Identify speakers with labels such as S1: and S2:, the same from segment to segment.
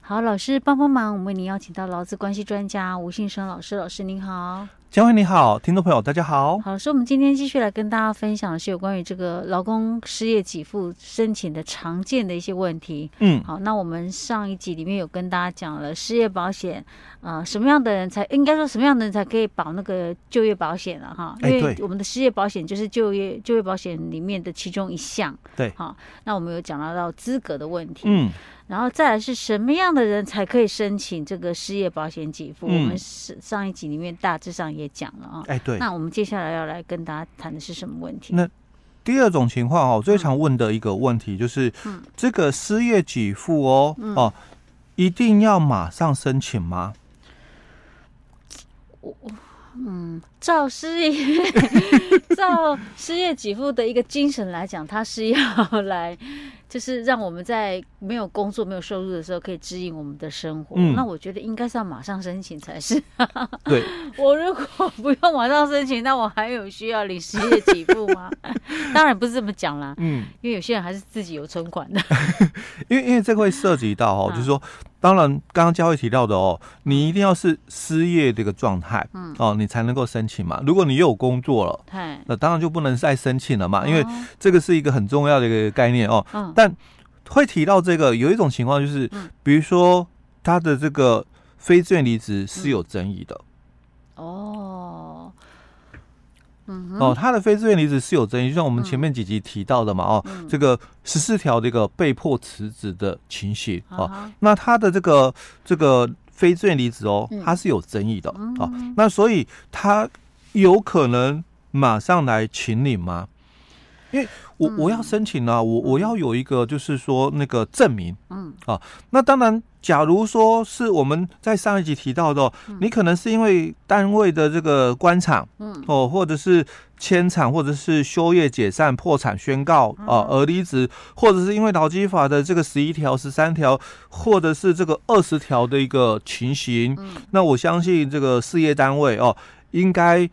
S1: 好，老师帮帮忙，我们为您邀请到劳资关系专家吴信生老师，老师您好。
S2: 江辉你好，听众朋友大家好。
S1: 好，所以我们今天继续来跟大家分享的是有关于这个劳工失业给付申请的常见的一些问题。
S2: 嗯，
S1: 好，那我们上一集里面有跟大家讲了失业保险，呃，什么样的人才应该说什么样的人才可以保那个就业保险了、哈？因
S2: 哎
S1: 为
S2: 对
S1: 我们的失业保险就是就业就业保险里面的其中一项。
S2: 对
S1: 好，那我们有讲到到资格的问题。
S2: 嗯，
S1: 然后再来是什么样的人才可以申请这个失业保险给付？
S2: 嗯
S1: 我们是上一集里面大致上也讲了啊、
S2: 哎，对。
S1: 那我们接下来要来跟大家谈的是什么问题？
S2: 那第二种情
S1: 嗯
S2: 况哦，最常问的一个问题就是，这个失业给付哦，
S1: 嗯
S2: 哦，一定要马上申请吗？
S1: 照失业，照失业给付的一个精神来讲，它是要来，就是让我们在没有工作、没有收入的时候，可以指引我们的生活。
S2: 嗯
S1: 那我觉得应该是要马上申请才是。 啊
S2: 对，
S1: 我如果不用马上申请，那我还有需要领失业给付吗？ 当然不是这么讲啦。
S2: 嗯，
S1: 因为有些人还是自己有存款 的。
S2: 因为因为这个会涉及到
S1: 嗯
S2: 哦，就是说，当然刚刚佳慧提到的哦，你一定要是失业这个状态，嗯，哦，你才能够申请嘛。如果你又有工作了，
S1: 嗨，
S2: 那当然就不能再申请了啊嘛，因为
S1: 哦
S2: 这个是一个很重要的一个概念哦。
S1: 嗯
S2: 但会提到这个，有一种情况就是
S1: 嗯，
S2: 比如说他的这个非自愿离职是有争议的、
S1: 嗯哦，嗯哼，
S2: 哦，他的非自愿离职是有争议，就像我们前面几集提到的嘛，哦，
S1: 嗯
S2: 这个十四条这个被迫辞职的情形哦，
S1: 啊
S2: 那他的这个这个非自愿离职哦
S1: 嗯，
S2: 他是有争议的、
S1: 嗯
S2: 哦，那所以他有可能马上来请你吗？因为我
S1: 嗯
S2: 我要申请啊，我我要有一个就是说那个证明。啊
S1: 嗯
S2: 那当然，假如说是我们在上一集提到的哦，你可能是因为单位的这个官场，
S1: 嗯，
S2: 哦，或者是迁厂，或者是休业、解散、破产宣告
S1: 嗯
S2: 啊、而离职，或者是因为劳基法的这个十一条、十三条，或者是这个二十条的一个情形，那我相信这个事业单位哦，应该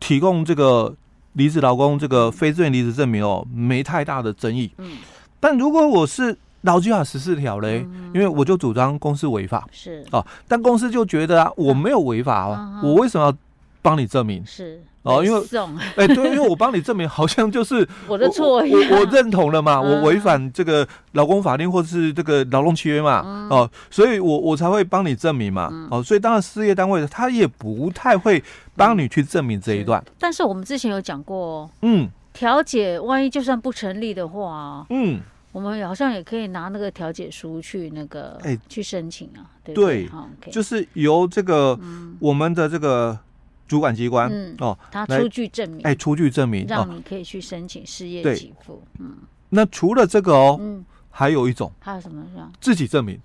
S2: 提供这个离职劳工这个非自愿离职证明哦，没太大的争议。
S1: 嗯，
S2: 但如果我是劳基法十四条嘞，因为我就主张公司违法
S1: 是
S2: 哦，但公司就觉得啊，我没有违法
S1: 嗯
S2: 啊，
S1: 哼？
S2: 我为什么要帮你证明
S1: 是
S2: 哦因为
S1: 北宋
S2: 哎，对，因为我帮你证明，好像就是
S1: 我的错一
S2: 我我我
S1: 样，
S2: 认同了嘛，
S1: 嗯
S2: 我违反这个劳工法令或是这个劳动契约
S1: 嗯
S2: 嘛，哦，所以我我才会帮你证明嘛，哦，所以当然事业单位他也不太会帮你去证明这一段，
S1: 但是我们之前有讲过哦，
S2: 嗯
S1: 调解万一就算不成立的话，哦
S2: 嗯，
S1: 我们好像也可以拿那个调解书去那个
S2: 哎
S1: 去申请啊，对不对？
S2: 对
S1: 好，OK，
S2: 就是由这个我们的这个主管机关
S1: 嗯
S2: 哦，
S1: 他
S2: 来
S1: 出具证明，
S2: 哎，出具证明哦，
S1: 让你可以去申请失业
S2: 对
S1: 给付。嗯
S2: 那除了这个哦，
S1: 嗯，
S2: 还有一种
S1: 还有什么样？
S2: 自己证明，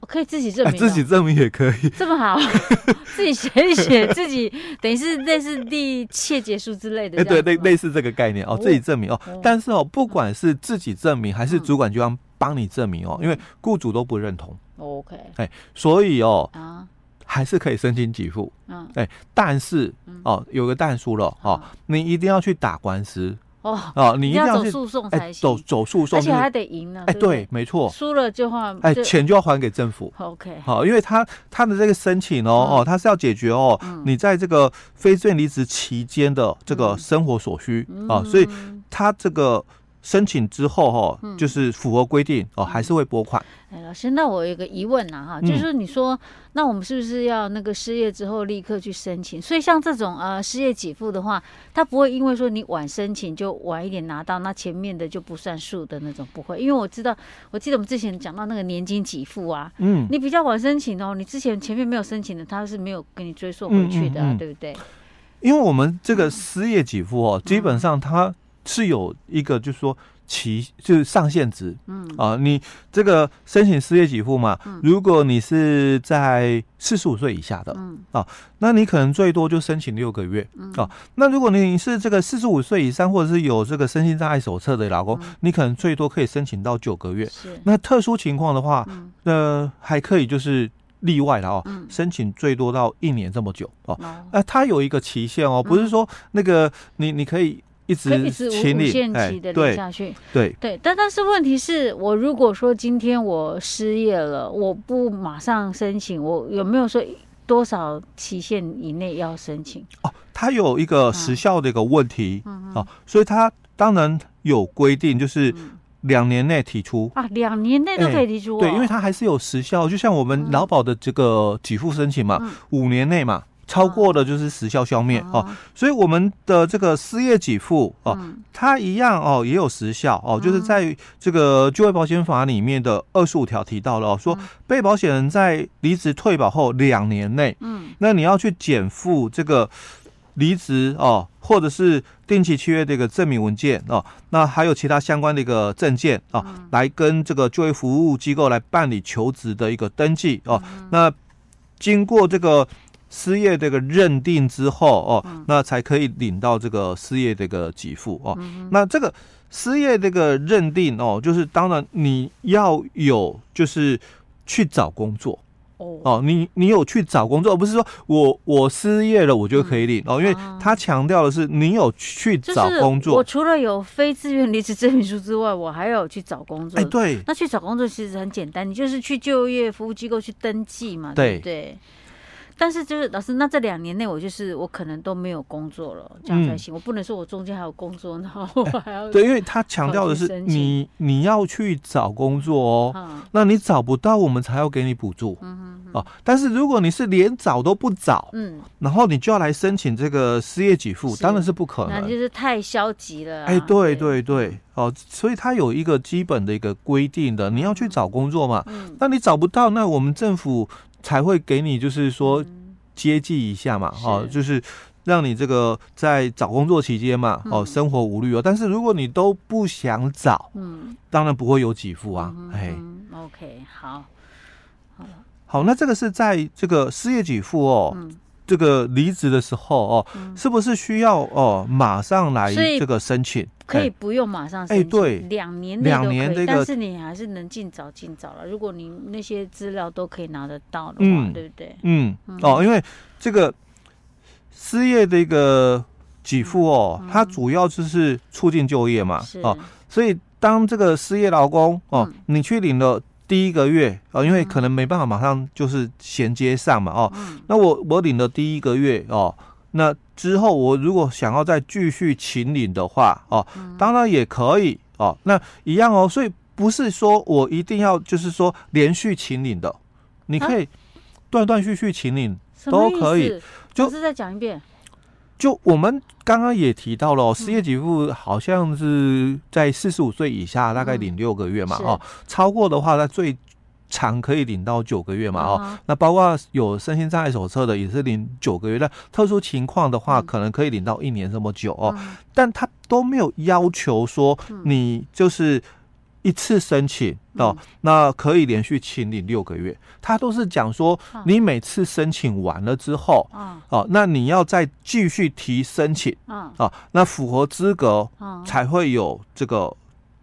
S1: 我可以自己证明哦的，
S2: 哎自己证明也可以。
S1: 这么 好，自己写一写，自己等于是类似第切结束之类的
S2: 哎，
S1: 这
S2: 对，
S1: 样子
S2: 类
S1: 吗，
S2: 类似这个概念哦，自己证明哦
S1: 哦。
S2: 但是哦，不管是自己证明还是
S1: 嗯
S2: 主管机关帮你证明哦，因为雇主都不认同，
S1: 哦 OK
S2: 所以哦，
S1: 啊，
S2: 还是可以申请给付。
S1: 嗯，
S2: 哎，但是哦，有个但书了哦，你一定要去打官司
S1: 哦，
S2: 哦，
S1: 嗯
S2: 你
S1: 一
S2: 一
S1: 定要
S2: 定要
S1: 走
S2: 去
S1: 诉讼才
S2: 哎
S1: 行
S2: 走，走诉讼，
S1: 而
S2: 就
S1: 且
S2: 是
S1: 还嗯得赢呢，
S2: 哎
S1: 不
S2: 对，没错，
S1: 输了就换
S2: 哎
S1: 就
S2: 钱就要还给政府。
S1: OK，
S2: 好，因为他他的这个申请哦
S1: 嗯
S2: 哦，他是要解决哦，你在这个非自愿离职期间的这个生活所需啊，所以
S1: 嗯
S2: 他这个申请之后哦，就是符合规定哦，还是会拨款。
S1: 哎，老师，那我有一个疑问呐，哈，
S2: 嗯
S1: 就是说你说，那我们是不是要那个失业之后立刻去申请？所以像这种呃失业给付的话，它不会因为说你晚申请就晚一点拿到，那前面的就不算数的那种，不会。因为我知道，我记得我们之前讲到那个年金给付啊，
S2: 嗯，
S1: 你比较晚申请哦，你之前前面没有申请的，他是没有给你追溯回去的、啊，
S2: 嗯嗯嗯
S1: 对不对？
S2: 因为我们这
S1: 嗯
S2: 个失业给付哦，基本上它是有一个就是说期就是上限值，嗯啊，你这个申请失业给付嘛，如果你是在四十五岁以下的，
S1: 嗯
S2: 啊，那你可能最多就申请六个月，啊，那如果你是这个四十五岁以上或者是有这个身心障碍手册的老公，你可能最多可以申请到九个月，
S1: 嗯是，
S2: 那特殊情况的话，
S1: 嗯
S2: 呃，还可以就是例外了哦，
S1: 嗯
S2: 申请最多到一年这么久哦。
S1: 哦，
S2: 啊，它有一个期限哦，不是说那个你你可以一
S1: 嗯可以
S2: 直
S1: 一直无
S2: 请
S1: 无
S2: 你
S1: 限
S2: 哎
S1: 期的领
S2: 对
S1: 下去。
S2: 对
S1: 对，但但是问题是我如果说今天我失业了，我不马上申请，我有没有说多少期限以内要申请？
S2: 哦，它有一个时效的一个问题
S1: 嗯
S2: 哦，所以它当然有规定，就是两年内提出。
S1: 啊，两年内都
S2: 哎
S1: 可以提出、哦
S2: 对，因为它还是有时效，就像我们劳保的这个给付申请嘛
S1: 嗯，
S2: 五年内嘛，超过的就是时效消灭哦。
S1: 哦
S2: 所以我们的这个失业给付哦，
S1: 嗯
S2: 它一样哦，也有时效哦，就是在这个就业保险法里面的二十五条提到了、哦，说
S1: 嗯
S2: 被保险人在离职退保后两年内，
S1: 嗯，
S2: 那你要去减负这个离职哦，或者是定期契约的一个证明文件哦，那还有其他相关的一个证件哦，
S1: 嗯
S2: 来跟这个就业服务机构来办理求职的一个登记哦，
S1: 嗯
S2: 那经过这个。失业这个认定之后哦，
S1: 嗯
S2: 那才可以领到这个失业这个给付哦。
S1: 嗯
S2: 那这个失业这个认定哦，就是当然你要有就是去找工作
S1: 哦，
S2: 哦，你你有去找工作，而不是说我我失业了我就可以领、哦，因为
S1: 啊
S2: 他强调的是你有去
S1: 就
S2: 找工
S1: 是我
S2: 作，
S1: 除了有非自愿离职证明书之外，我还有去找工作。
S2: 哎、对
S1: 那去找工作其实很简单，你就是去就业服务机构去登记嘛，对不对？但是就是老师，那这两年内我就是我可能都没有工作了，这
S2: 嗯
S1: 样才行。我不能说我中间还有工作，然后我还要
S2: 对，因为他强调的
S1: 我去
S2: 是
S1: 申请
S2: 你你要去找工作哦，
S1: 啊，
S2: 那你找不到我们才要给你补助。
S1: 嗯
S2: 哦，但是如果你是连找都不找，
S1: 嗯，
S2: 然后你就要来申请这个失业给付，
S1: 是
S2: 当然是不可
S1: 那就
S2: 能。
S1: 是太消极了、啊。
S2: 哎，对，对对，哦，所以它有一个基本的一个规定的，你要去找工作嘛，
S1: 嗯，
S2: 那你找不到，那我们政府才会给你就是说
S1: 嗯
S2: 接济一下嘛，哦，
S1: 是
S2: 就是让你这个在找工作期间嘛，哦，
S1: 嗯
S2: 生活无虑哦。但是如果你都不想找，
S1: 嗯，
S2: 当然不会有给付啊，
S1: 嗯
S2: 哎，
S1: 嗯，OK，好，
S2: 好，那这个是在这个失业给付哦，
S1: 嗯
S2: 这个离职的时候哦，
S1: 嗯，
S2: 是不是需要哦马上来
S1: 所以
S2: 这个申请？
S1: 可以
S2: 哎，
S1: 不用马上申请，
S2: 哎对
S1: 两年内
S2: 两
S1: 都可
S2: 年
S1: 以，
S2: 这个
S1: 但是你还是能尽早尽早了。如果你那些资料都可以拿得到的话，
S2: 嗯
S1: 对不对？
S2: 嗯，哦，因为这个失业的一个给付哦，它主要就是促进就业嘛
S1: 嗯是，
S2: 哦，所以当这个失业劳工哦，你去领了第一个月哦，因为可能没办法马上就是衔接上嘛哦，
S1: 嗯
S2: 那我我领了第一个月哦，那之后我如果想要再继续请领的话哦，当然也可以哦，那一样哦，所以不是说我一定要就是说连续请领的，你可以断断续续请领。
S1: 什么意
S2: 都可以
S1: 思
S2: 就
S1: 老师再讲一遍，
S2: 就我们刚刚也提到了、
S1: 嗯
S2: 哦，失业给付好像是在四十五岁以下大概领六个月嘛，
S1: 嗯是
S2: 哦，超过的话，它最长可以领到九个月嘛，哦。
S1: 啊
S2: 那包括有身心障碍手册的，也是领九个月。那特殊情况的话，
S1: 嗯
S2: 可能可以领到一年这么久哦。
S1: 哈，
S2: 但他都没有要求说
S1: 嗯
S2: 你就是一次申请哦，那可以连续请领六个月。他都是讲说
S1: 啊，
S2: 你每次申请完了之后，
S1: 啊
S2: 哦，那你要再继续提申请
S1: 啊
S2: 哦，那符合资格
S1: 啊！
S2: 才会有这个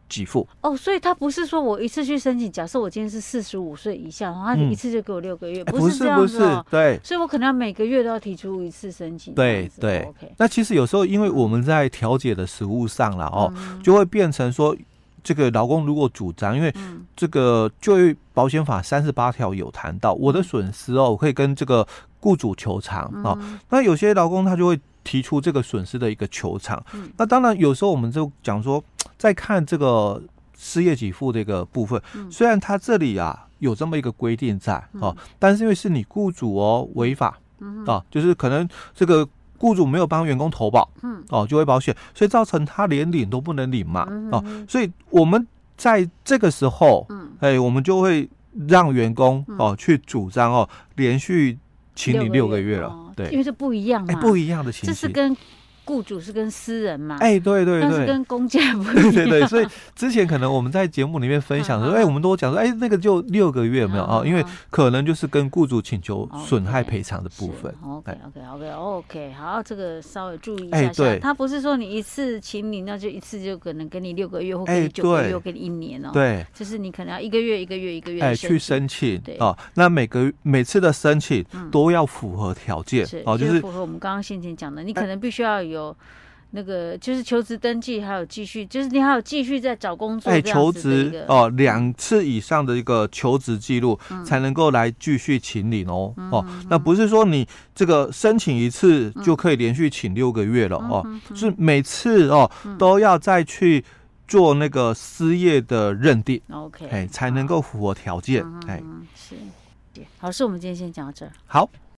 S2: 给付。
S1: 哦，所以他不是说我一次去申请，假设我今天是四十五岁以下，然后他
S2: 嗯
S1: 一次就给我六个月，
S2: 哎
S1: 不是这
S2: 是
S1: 样
S2: 不
S1: 子
S2: 是
S1: 哦，，
S2: 对。
S1: 所以我可能要每个月都要提出一次申请，
S2: 对
S1: 这样子
S2: 对
S1: 哦，OK，
S2: 那其实有时候因为我们在调解的实务上了哦，
S1: 嗯
S2: 就会变成说，这个劳工如果主张，因为
S1: 嗯
S2: 这个就业保险法三十八条有谈到我的损失哦，我可以跟这个雇主求偿哦。
S1: 嗯
S2: 那有些劳工他就会提出这个损失的一个求偿。
S1: 嗯
S2: 那当然有时候我们就讲说，在看这个失业给付这个部分，
S1: 嗯
S2: 虽然他这里啊有这么一个规定在哦，但是因为是你雇主哦违法
S1: 嗯
S2: 啊，就是可能这个。雇主没有帮员工投保，
S1: 嗯，
S2: 哦，就业保险，所以造成他连领都不能领嘛，
S1: 嗯
S2: 哦，所以我们在这个时候，
S1: 嗯，
S2: 哎，我们就会让员工
S1: 嗯
S2: 哦去主张哦，连续请你六个月
S1: 哦
S2: 了，
S1: 因
S2: 对，
S1: 为这不一样
S2: 哎，
S1: 嘛，
S2: 不一样的情
S1: 这是
S2: 形，
S1: 跟雇主是跟私人嘛，
S2: 哎，对对
S1: 但是
S2: 对。
S1: 跟公家不一 样，
S2: 对对对，所以之前可能我们在节目里面分享说，
S1: 嗯
S2: 哎，我们都讲说，哎，那个就六个月有没有啊？因为可能就是跟雇主请求
S1: 哦
S2: 损害
S1: 对
S2: 赔偿的部分。
S1: OK
S2: 哎
S1: OK OK OK，好，这个稍微注意一
S2: 哎
S1: 下下。
S2: 对
S1: 他不是说你一次请你，那就一次就可能给你六个月或
S2: 哎
S1: 给你九个
S2: 对
S1: 月或给你一年哦。，
S2: 对，
S1: 就是你可能要一个月一个月一个月
S2: 哎，
S1: 地
S2: 去
S1: 申
S2: 申请
S1: 对
S2: 哦，那每个每次的申请
S1: 嗯
S2: 都要符合条件
S1: 请，是
S2: 哦，就是哎
S1: 符合我们刚刚先前讲的，你可能必须要有那个就是求职登记，还有继续，就是你还有继续在找工作
S2: 哎，
S1: 这样
S2: 求
S1: 子的一
S2: 职
S1: 个。嗯
S2: 哦，两次以上的一个求职记录、才能够来继续请领哦、哦，那不是说你这个申请一次
S1: 嗯
S2: 就可以连续请六个月了、哦，是每次哦、
S1: 嗯
S2: 都要再去做那个失业的认定，
S1: OK，
S2: 哎，才能够符合条件，哎，
S1: 嗯是，好，是我们今天先讲到这儿。
S2: 好。